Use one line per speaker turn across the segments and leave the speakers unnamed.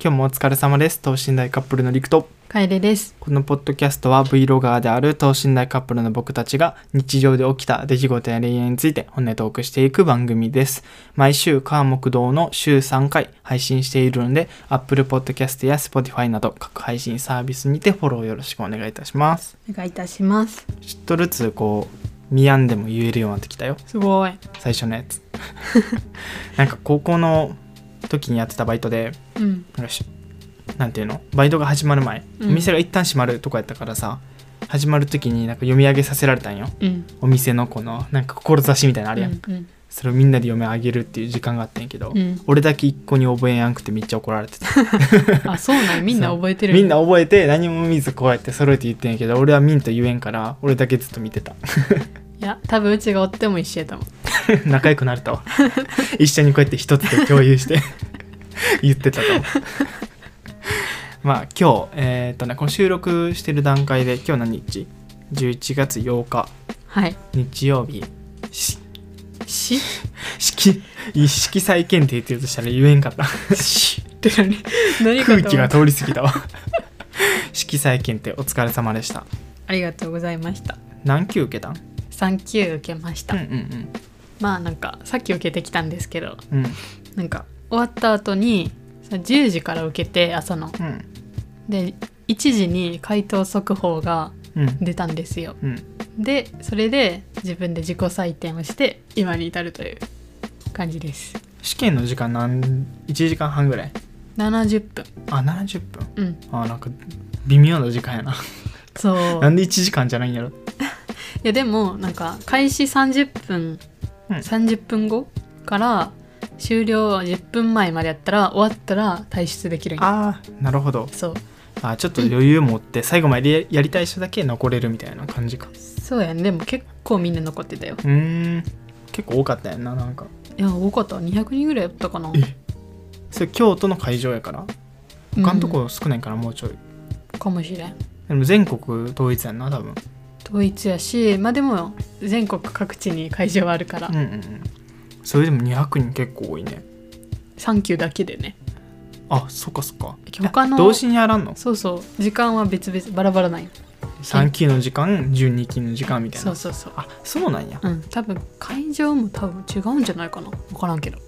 今日もお疲れ様です等身大カップルのりくと
楓です。
このポッドキャストは Vlogger である等身大カップルの僕たちが日常で起きた出来事や恋愛について本音トークしていく番組です。毎週火木道の週3回配信しているので Apple Podcast や Spotify など各配信サービスにてフォローよろしくお願いいたします。
お願いいたします。
ちょっとずつこう見やんでも言えるようになってきたよ
すごい。
最初のやつ。 なんか高校の時にやってたバイトで
うん。
なんかしなんていうのバイトが始まる前、
うん
お店が一旦閉まるとこやったからさ始まる時になんか読み上げさせられたんよ
うん。
お店のこのなんか志みたいなのあ
あ
るやん、
うん。
それをみんなで読み上げるっていう時間があったんやけど、
うん。
俺だけ一個に覚えやんくてめっちゃ怒られてた
あ、そうなん。みんな覚えてる。
みん。な覚えて何も見ずこうやって揃えて言ってんやけど俺はミンと言えんから俺だけずっと見てた
いや、多分うちがおっても一緒やと思う。
仲良くなると一緒にこうやって一つで共有して言ってたと思うまあ今日えーっとねこの収録してる段階で今日何日 ?11 月8日
はい。
日曜日し
し。
色一色彩検定って言うとしたら言えんかった
し。って何。何かと
空
思う
気が。通り過ぎたわ色彩検定お疲れ様でした
ありがとうございました。
何級受けたんう
産休受けました。
んうん
まあ、なんか、さっき受けてきたんですけど、
うんうん
なんか、終わった後に。その10時から受けて朝の
うん
で1時に回答速報が
うん
出たんですよ
うん
でそれで自分で自己採点をして今に至るという感じです
試験の時間何1時間半ぐらい
70分
あ70分
うん
あなんか微妙な時間や な
そう
なんで1時間じゃないんやろ
いやでもなんか開始30分、
うん
30分後から終了10分前までやったら終わったら退出できるんや
あーなるほど
そう
あちょっと余裕持って最後までややりたい人だけ残れるみたいな感じか
そうやねでも結構みんな残ってたよ
うーん結構多かったやんななんか
いや多かった200人ぐらいやったかな
えそれ京都の会場やから他のとこ少ないからもうちょい、
うんかもしれん
でも全国統一やんな多分
統一やしまあでも全国各地に会場はあるから、
うんうんうんそれでも200人結構多いね
サンキューだけでね
あそっかそっか
他の
え同時にやらんの
そうそう時間は別々バラバラない
3級の時間12級の時間みたい
そ
な
うそうそう
あそうなんや
うん多分会場も多分違うんじゃないかな分からんけど、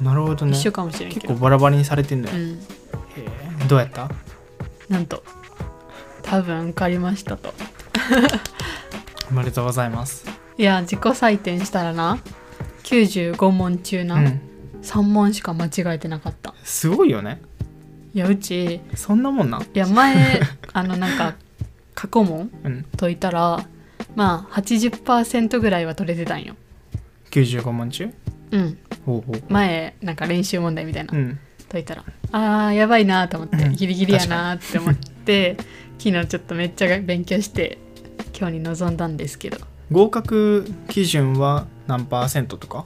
なるほどね
一緒かもしれんけ
結
ど
構バラバラにされてんのよ、
うん
へえどうやった
なんと多分受かりましたと
おめでとうございます。
いや自己採点したらな95問中
う
な、
ん、
3問しか間違えてなかった
すごいよね。
いやうちい
そんなもんな。
や前 あのなんか過去問
うん、
解いたらまあ80%ぐらいは取れてたんよ
95問中。
うん
ほうほう。
前なんか練習問題みたい
う
な
ん、
解いたらあーやばいなと思って
うん
ギリギリやなって思って昨日ちょっとめっちゃ勉強して今日に臨んだんですけど
合格基準は何パーセントとか。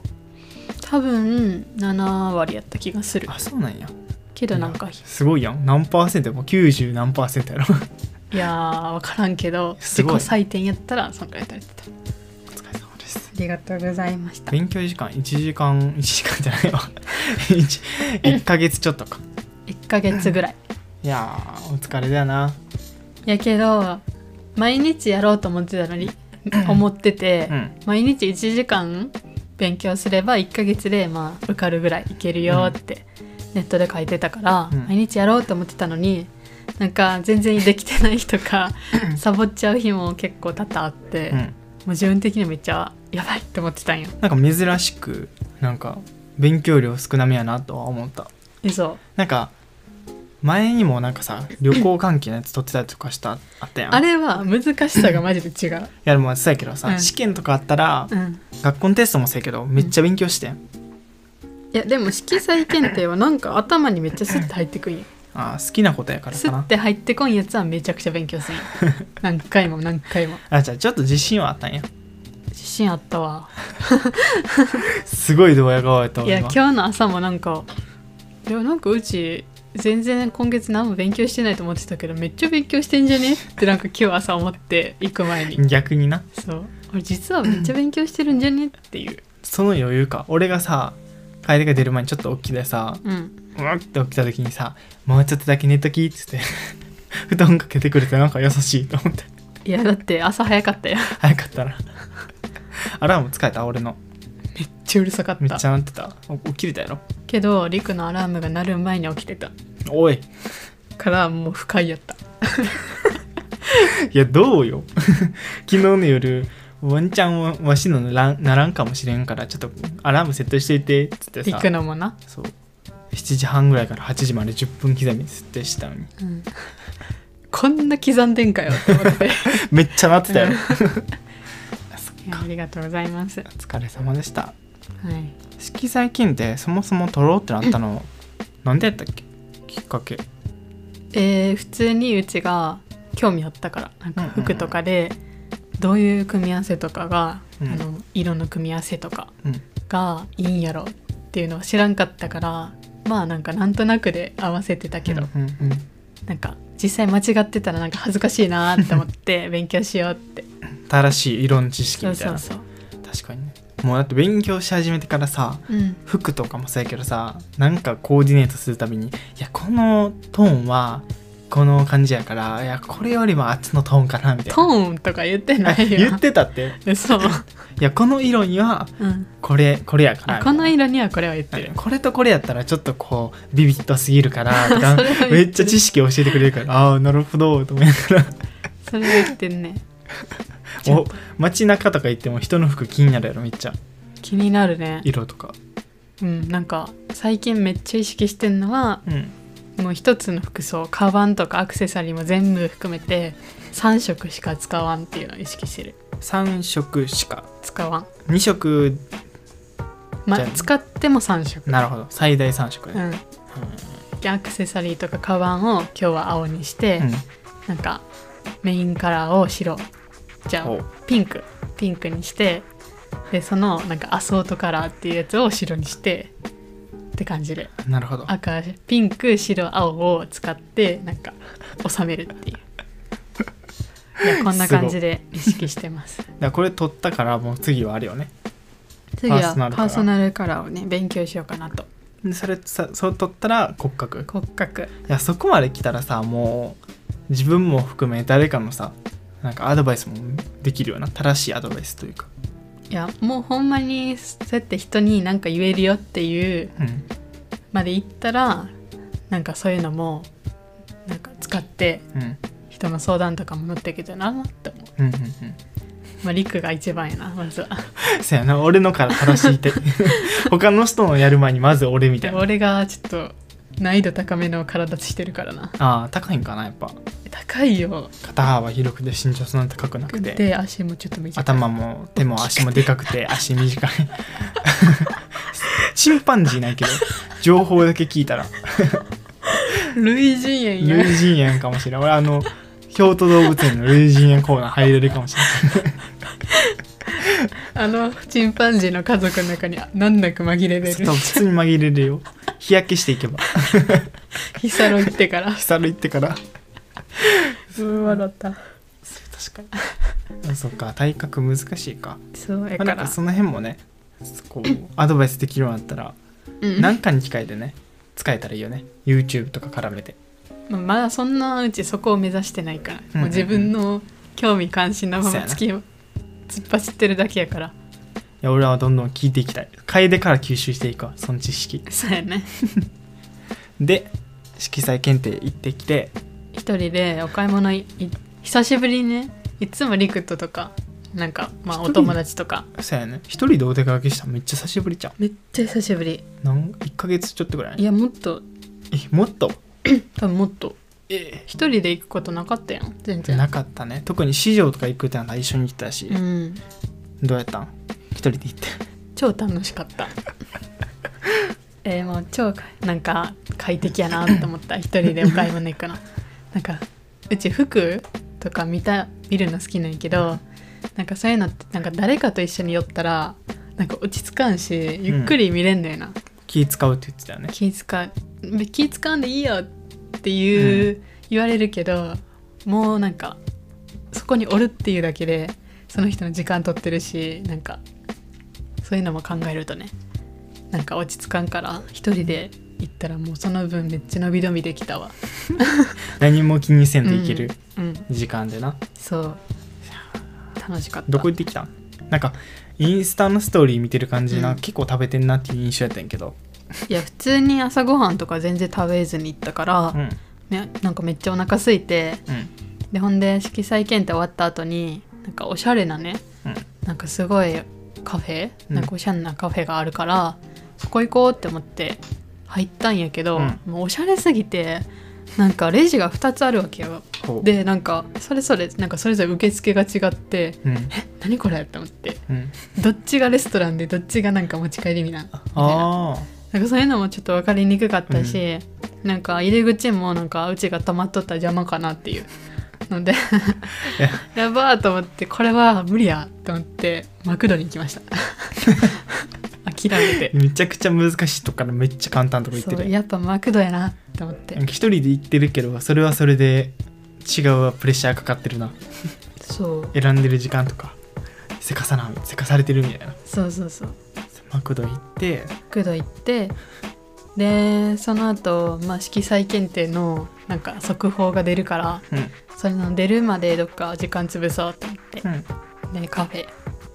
多分7割やった気がする
あ、そうなんや。
けどなんか
すごいやん。何パーセントやもう90何パーセントやろ。
いやー分からんけど
す
自己
ごい
採点やったら参加やったりてたあ
お疲れ様です。
りがとうございました
勉強時間1時間1時間じゃないわ 1, 1ヶ月ちょっとか
1ヶ月ぐらい
いやーお疲れだよな
やけど毎日やろうと思ってたのに思ってて、
うん
毎日1時間勉強すれば1ヶ月でまあ受かるぐらいいけるよってネットで書いてたから、
うん
毎日やろうと思ってたのになんか全然できてない人かサボっちゃう日も結構多々あって、
う
も
ん
う自分的にめっちゃやばいって思ってたんよ
なんか珍しくなんか勉強量少なめやなとは思った
えそう
なんか前にもなんかさ旅行関係のやつ撮ってたりとかしたあったやん
あれは難しさがマジで違う
いやでもそうやけどさ、
うん
試験とかあったら、
うん
学校のテストもそうやけどめっちゃ勉強してん、
いやでも色彩検定はなんか頭にめっちゃスッて入ってくんよ
あー好きなことやから
ス
か
ッ
な
て入ってこんやつはめちゃくちゃ勉強 するんよ何回も何回も
あじゃあちょっと自信はあったんや
自信あったわ
すごいドヤ顔やった
いや
俺
今
は
日の朝もなんかいやなんかうち全然今月何も勉強してないと思ってたけどめっちゃ勉強してんじゃねってなんか今日朝思って行く前に
逆にな
そう俺実はめっちゃ勉強してるんじゃねっていう
その余裕か俺がさ楓が出る前にちょっと起きてさ
うん
うわって起きた時にさ「もうちょっとだけ寝とき」っつって 布団かけてくれてなんか優しいと思って
いやだって朝早かったよ
早かったな アラーム使えた俺の
めっちゃうるさかった
めっちゃ鳴ってたお起きれたやろ
けどリクのアラームが鳴る前に起きてた
おい
からもう不快やった
いやどうよ 昨日の夜ワンちゃんはわしのならんならんかもしれんからちょっとアラームセットしといてっつって
リ
さ
クのもな、
そう7時半ぐらいから8時まで10分刻みで設定したのに
うん、 こんな刻んでんかよって思ってい
めっちゃ鳴ってたよそっ
や
か
ありがとうご ざいますは
お疲れ様でした
い
色彩金ってそもそも取ろうってなったのなんでやったっけきっかけ
えー普通にうちが興味あったからなんか服とかでどういう組み合わせとかが、
うん
あの色の組み合わせとか
うん
がいいんやろっていうのは知らんかったからまあなんかなんとなくで合わせてたけど、
うんうん
なんか実際間違ってたらなんか恥ずかしいなーって思っ て勉強しようって
うん新しい色の知識
そう
みたい
そ
な
うそう、
確かにねもうだって勉強し始めてからさ
うん、
服とかもそうやけどさなんかコーディネートするたびにいやこのトーンはこの感じやからいやこれよりもあっちのトーンかなみたい
ト
な
ーンとか言ってな
あ
いよ
言ってたって
そう、
いやこの色には
うん、
これこれやから
あこの
み
色にはこれは言って
たいな
る
うんこれとこれやったらちょっとこうビビッとすぎるから とか
それは言ってる
めっちゃ知識教えてくれるからああなるほどと思いながら
それは言ってんねちょっ
お街中とか行っても人の服気になるやろめっちゃ
気になるね
色とか
うんなんか最近めっちゃ意識してんのは
うん
もう一つの服装カバンとかアクセサリーも全部含めて3色しか使わんっていうのを意識してる
3色しか
使わん
2色
ま
じ
あ
ゃあ
使っても3色
なるほど最大3色
う
ね、
んでアクセサリーとかカバンを今日は青にして、
うん
なんかメインカラーを白じゃ
お
あピンクピンクにしてでそのなんかアソートカラーっていうやつを白にしてって感じで
なるほど
赤ピンク白青を使ってなんか収めるっていういやこんな感じで意識して ます
だからこれ取ったからもう次はあるよね
次は
パーソナルカラー
パーソナルカラーをね勉強しようかなと
でそれさそう取ったら骨格い
骨格
やそこまで来たらさもう自分も含め誰かのさなんかアドバイスもできるような正しいアドバイスというか、
いやもうほんまにそうやって人になんか言えるよっていう
うん、
まで行ったらなんかそういうのもなんか使って
うん
人の相談とかも乗っていけたらなって思う、
うんうんうん
まあ、リクが一番やなまずは
そやな俺のから正しいって 他の人のやる前にまず俺みたい
でも
な
俺がちょっと難易度高めの体してるからな
ああ高いんかなやっぱ
高いよ
肩幅広くて身長そんな高くなくて
で足もちょっと短い
頭も手も足もでかくて足短い チンパンジーないけど情報だけ聞いたら
類人猿や
類人猿かもしれん俺あの京都動物園の類人猿コーナー入れるかもしれない
あのチンパンジーの家族の中に難なく紛れれ
ち
る
ょっと普通に紛れるよ日焼けしていけば
ヒサロ行ってから
日サル行ってから
うん笑った
確かにそっか体格難しいか,、
そうや
まあ、
か
な
ら、
んかその辺もねこうアドバイスできるようになったら
うん
何かに機会でね使えたらいいよね YouTube とか絡めて
まあまだそんなうちそこを目指してないから、
うん
もう自分の興味関心のまま突き突っ走ってるだけやから
いや俺はどんどん聞いていきたい楓から吸収していくわその知識
そうやね
で色彩検定行ってきて
一人でお買い物いい久しぶりにねいつもリクットとかなんかまあ
一
お
人
友達とか
そうやね一人でお出かけしたのめっちゃ久しぶりじゃん
めっちゃ久しぶり
なん1ヶ月ちょっとぐらい
いやもっと
えもっと
多分もっと
え
一人で行くことなかったやん全
じゃ
然
なかったね特に市場とか行くってのは一緒に行ったし、
うん
どうやったん一人で行って
超楽しかった えーもう超かなんか快適やなって思った一人でお買い物行くの なんかうち服とか見た見るの好きなんやけどなんかそういうのってなんか誰かと一緒に寄ったらなんか落ち着かんしゆっくり見れんのよな、
気使うって言ってたよね
気使う気使うんでいいよっていう、言われるけどもうなんかそこにおるっていうだけでその人の時間取ってるしなんかそういうのも考えるとねなんか落ち着かんから一人で行ったらもうその分めっちゃ伸び伸びできたわ
何も気にせんといける
うん、うん
時間でな、
そう楽しかった
どこ行ってきたんなんかインスタのストーリー見てる感じな、
うん
結構食べてんなっていう印象やったんやけど
いや普通に朝ごはんとか全然食べずに行ったから
う、ん
ね、なんかめっちゃお腹空いて
うん
でほんで色彩検定終わった後になんかおしゃれなね
うん
なんかすごいカフェ
うん
なんかおしゃれなカフェがあるから、そこ行こうって思って入ったんやけ
う
ど、
ん
もうおしゃれすぎてなんかレジが2つあるわけよ
こう
でなんかそれぞれなんかそれぞれ受付が違って
うん
何これって思って
うん
どっちがレストランでどっちがなんか持ち帰りみたいな
ああ
なんかそういうのもちょっと分かりにくかったし、なんか入り口もなんかうちが溜まっとったら邪魔かなっていう のでやばーと思ってこれは無理やと思ってマクドに行 きました諦めて
めちゃくちゃ難しいとこからめっちゃ簡単なとこ行って
そ
る
う
やん
やっぱマクドやなと思って
なんか一人で行ってるけどそれはそれで違うわプレッシャーかかってるな
そう
選んでる時間とかせかさなせかされてるみたいな
そうそうそう
マクド行って
マクド行ってでその後、まあ色彩検定のなんか速報が出るから
うん
それの出るまでどっか時間潰そうと思って
うん
でカフェ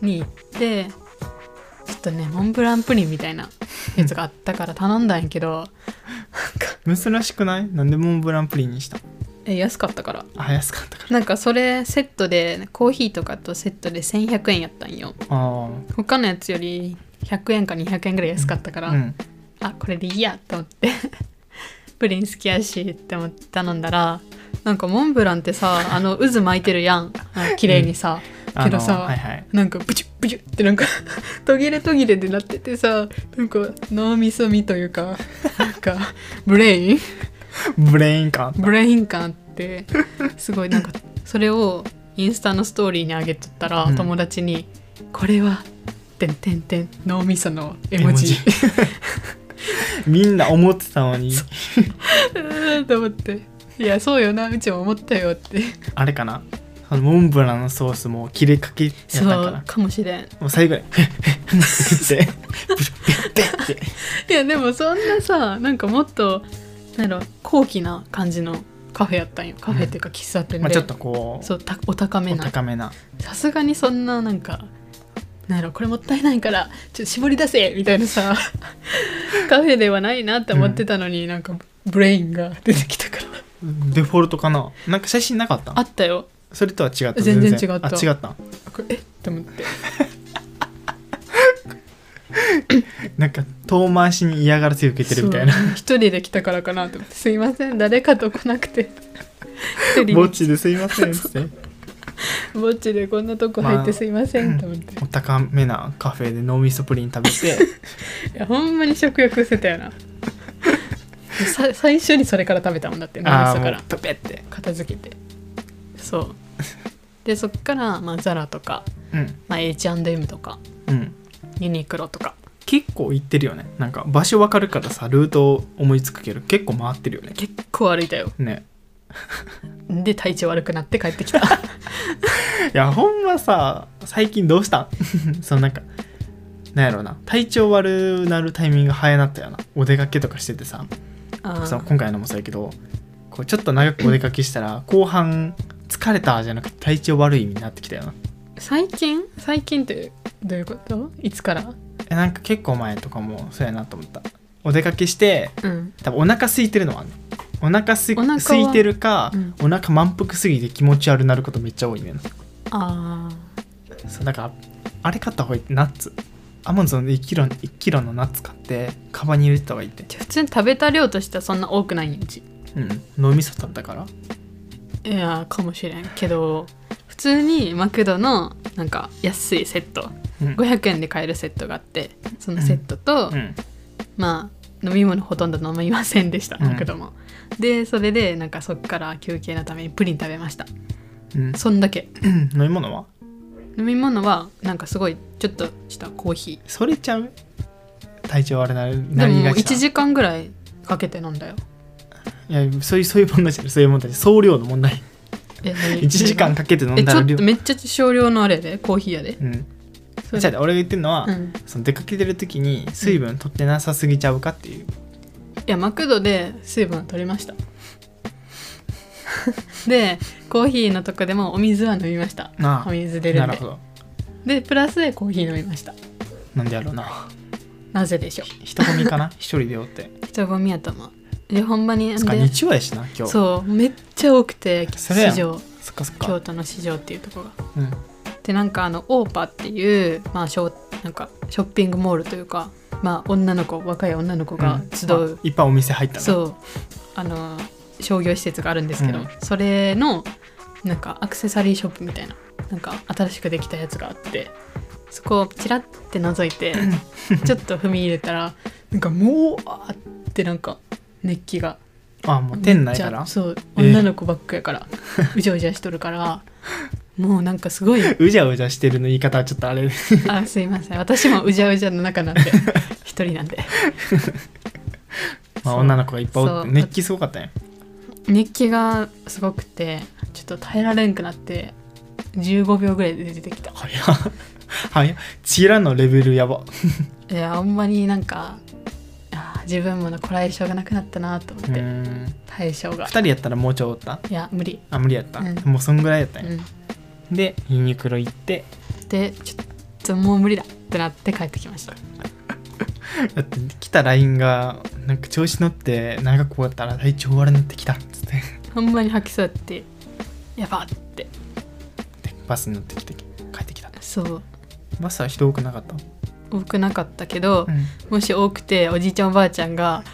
に行ってちょっとねモンブランプリンみたいなやつがあったから頼んだんやけど
珍しくないなんでモンブランプリンにした
え安かったから
あ安かったから
なんかそれセットでコーヒーとかとセットで1100円やったんよ
あ
他のやつより100円か200円ぐらい安かったか
あ
ら、
うん
あこれでいいやと思って プリン好きやしって思って頼んだらなんかモンブランってさあの渦巻いてるやんあの綺麗にさ、
あ
け
の
どさ
はいはい
なんかブチュブチュってなんか途切れ途切れでなっててさなんか脳みそみというかなんかブレイン
ブレイン感
ブレイン感あってすごいなんかそれをインスタのストーリーに上げとったら、
うん
友達に「これは」てんてんてん脳みその絵文字
絵文みんな思ってたのに
うーん と思って「いやそうよなうちも思ったよ」って
あれかなそのモンブランのソースも切れかけやった
そ
んか
う
な
かもしれん
もう最後に「へっへっへっ」ってブシュッペッペッって
いやでもそんなさなんかもっとなんだろう高貴な感じのカフェやったんよカフェっていうか喫茶 店で、
まあちょっとこう
そうたお高め
お
な
高めな
さすがにそんななんかなんやろこれもったいないからちょっと絞り出せみたい なさカフェではないなって思ってたのに、なんかブレインが出てきたから
デフォルトかななんか写真なかったん
あったよ
それとは違った
全然違った
あ違ったん
これえっと思って
なんか遠回しに嫌がらせ受けてるみたいな
そう一人で来たからかなと思ってすいません誰かと来なく て一人で
ぼっちですいませんっつって
ぼっちでこんなとこ入ってすいませんと思って、
お高めなカフェで脳みそプリン食べて
いやほんまに食欲失せたよな さ最初にそれから食べたもんだって脳み
あ
そか
ーも
ら
うペペって
片付けてそうでそっから、まあ、ザラとか、
うん
まあ、H&M とか
うん
ユニクロとか
結構行ってるよねなんか場所わかるからさルート思いつくけど結構回ってるよね
結構歩いたよ
ね
で体調悪くなって帰ってき た
いやほんまさ最近どうした んそのなんかなんやろうな体調悪なるタイミング早なったよなお出かけとかしててさ
あ
その
ー
今回のもそうやけどこうちょっと長くお出かけしたら後半疲れたじゃなくて体調悪いになってきたよな
最近最近ってどういうこといつから
えなんか結構前とかもそうやなと思ったお出かけして
うん
多分お腹空いてるのはねお腹す
お腹は
空いてるか、
うん
お腹満腹すぎて気持ち悪なることめっちゃ多いねんな
あ
そうだからあれ買った方がいいナッツアマゾンで1キロ1キロのナッツ買ってカバンに入れてた方がいいって
ー普通に食べた量としてはそんな多くないんうち
うん脳みそだったから
いやーかもしれんけど普通にマクドのなんか安いセット
うん
500円で買えるセットがあってそのセットと、
うん
まあ飲み物ほとんど飲みませんでした
うん
マクドも、でそれでなんかそっから休憩のためにプリン食べました
うん
そんだけ
うん飲み物は
飲み物はなんかすごいちょっとしたコーヒ
それちゃう体調悪なる
ーで
な
も
り
もう
がちな
1時間ぐらいかけて飲んだよ
いやそういうそういう問題じゃないそういう問題じゃない総量の問題
え
1時間かけて飲ん
え
だ
ち
ら
ょっ
量
とめっちゃ少量のあれやでコーヒーやで
うん
そ
違う違う俺が言ってるのは、
うん、い
その出かけてる時に水分取ってなさすぎちゃうかっていう、
やマクドで水分取りました でコーヒーのとこでもお水は飲みました
ああ
お水出る
なんる
で
ほど
でプラスでコーヒー飲みました
なんでやろうな
なぜでしょう
人混み かな一人でおって
人混みやと思うでほんまに
そっか
で
日曜やしな今日
そうめっちゃ多くて
それやん
市場
そっかそっ
京
か
都の市場っていうところ
う
が
ん
でなんかあのオーパっていう、まあ、ショなんかショッピングモールというか、まあ、女の子若い女の子が集う、
あいっぱいお店入ったう
そうあの商業施設があるんですけど、
うん
それのなんかアクセサリーショップみたいななんか新しくできたやつがあってそこをチラッて覗い てちょっと踏み入れたらなんかもうあーってなんか熱気が
あもう店内か
めっち
ら
ゃそう
えー
女の子ばっかやから、うじゃうじゃしと るからもうなんかすごい
うじゃうじゃしてるの言い方はちょっとあれ
あすいません私もうじゃうじゃの中 なんで一人なんで
まあ
そう
女の子がいっぱいおっ
そ
て
う
熱気すごかったね
熱気がすごくてちょっと耐えられんくなって15秒ぐらいで出てきた
早っ早っチラのレベルやば
いやほんまになんかあー自分ものこらえ性がなくなったなと思っ
う
て、
ん
対象が
2人やったらもうちょいおった
いや無理、
あ無理やった、
うん
もうそんぐらいやった
うん
や、
ん、
でユニクロ行って
でちょっともう無理だってなって帰ってきました
だって来た LINE がなんか調子乗って長く終わったら体調悪になってきたっつって
ほんまに吐きそうやってやばって
でバスに乗ってきて帰ってきた
そう
バスは人多くなかった、
多くなかったけど、
うん、
もし多くておじいちゃんおばあちゃんが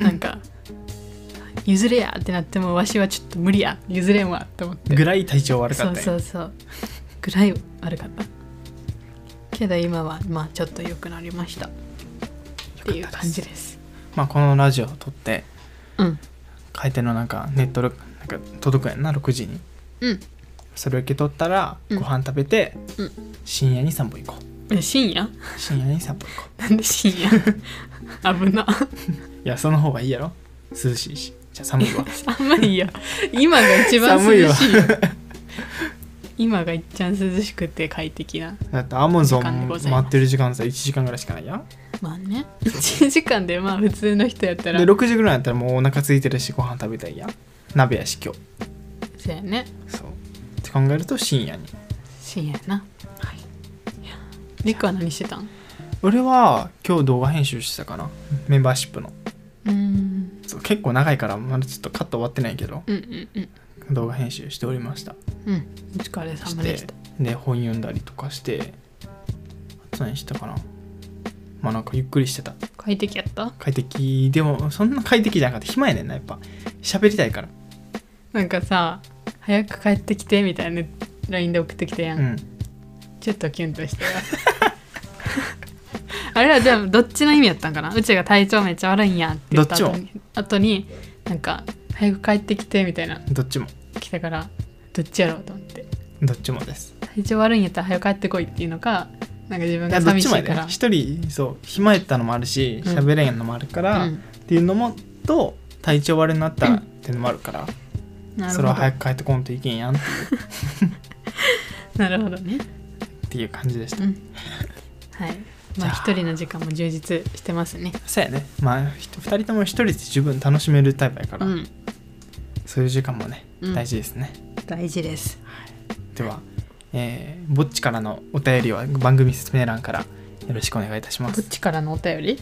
なんか「譲れや!」ってなってもわしはちょっと無理や譲れんわって思って
ぐらい体調悪か
そ
っ
う
たんや
そうそうぐらい悪かったけど今はまあちょっと良くなりましたっていう感じです
まあこのラジオを撮って
うん
回転のなんかネットでなんか届くやんな6時に
うん
それを受け取ったら
う
ご
ん
飯食べて、
うん
深夜に散歩行こ
え深夜
う 深夜に散歩行こ
なんで深夜危な
ういやその方がいいやろ涼しいしじゃあ寒い わ
寒いよ今が一番涼しいよ今が一ちゃん涼しくて快適な
だってアマゾ
時間で
ン
ございます
待ってる時間さ1時間ぐらいしかないやん
まあね1時間でまあ普通の人やった
で
ら
6時ぐらいになったらもうお腹空いてるしご飯食べたいやん鍋やし今日
そうやね
そうって考えると深夜に
深夜やなはいいやリクは何してたん
俺は今日動画編集してたかなメンバーシップの
うん
そう結構長いからまだちょっとカット終わってないけど
うんうんうん
動画編集しておりました
うんお疲れ様でし
して
た
で本読んだりとかしてあと何したかなまあなんかゆっくりしてた
快適やった
快適でもそんな快適じゃなくて暇やねんなやっぱ喋りたいから
なんかさ早く帰ってきてみたいな LINE で送ってきてやん、
うん
ちょっとキュンとしたよ あれはでもどっちの意味やったんかなうちが体調めっちゃ悪いんやって言った後
どっち
に後になんか早く帰ってきてみたいな
どっちも
来たからどっちやろうと思って
どっちもです
体調悪いんやったら早く帰ってこいっていうのかなんか自分
いや
が
どっ
寂し
ちもや
い
で
から
一人そう暇やったのもあるし
うん
喋れんのもあるから、
う
っ
ん
ていうのもと体調悪になったっていうのもあるから、
なる
それ
ほど
は早く帰ってこんといけんやんっ
なるほどね
ていう感じでした
うんはいまあ
じゃあ
一人の時間も充実してますね
そうやねまあひと二人とも一人で十分楽しめるタイプやから、
うん
そういう時間もね
うん
大事ですね、
大事です
では、えーぼっちからのお便りは番組説明欄からよろしくお願いいたしま
こっ
す
ちからのお便り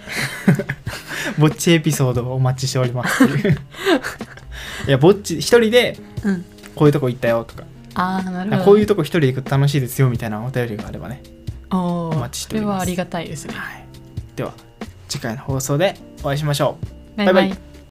ぼっちエピソードをお待ちしておりますっていう いやぼっち一人で
うん
こういうとこ行ったよとか
ああなるほど
こういうとこ一人で行くと楽しいですよみたいなお便りがあればね、
お
お
ー
待ちしております
それはありがたいですね
はい、では次回の放送でお会いしましょう
バイバ
バイ
イ
バイ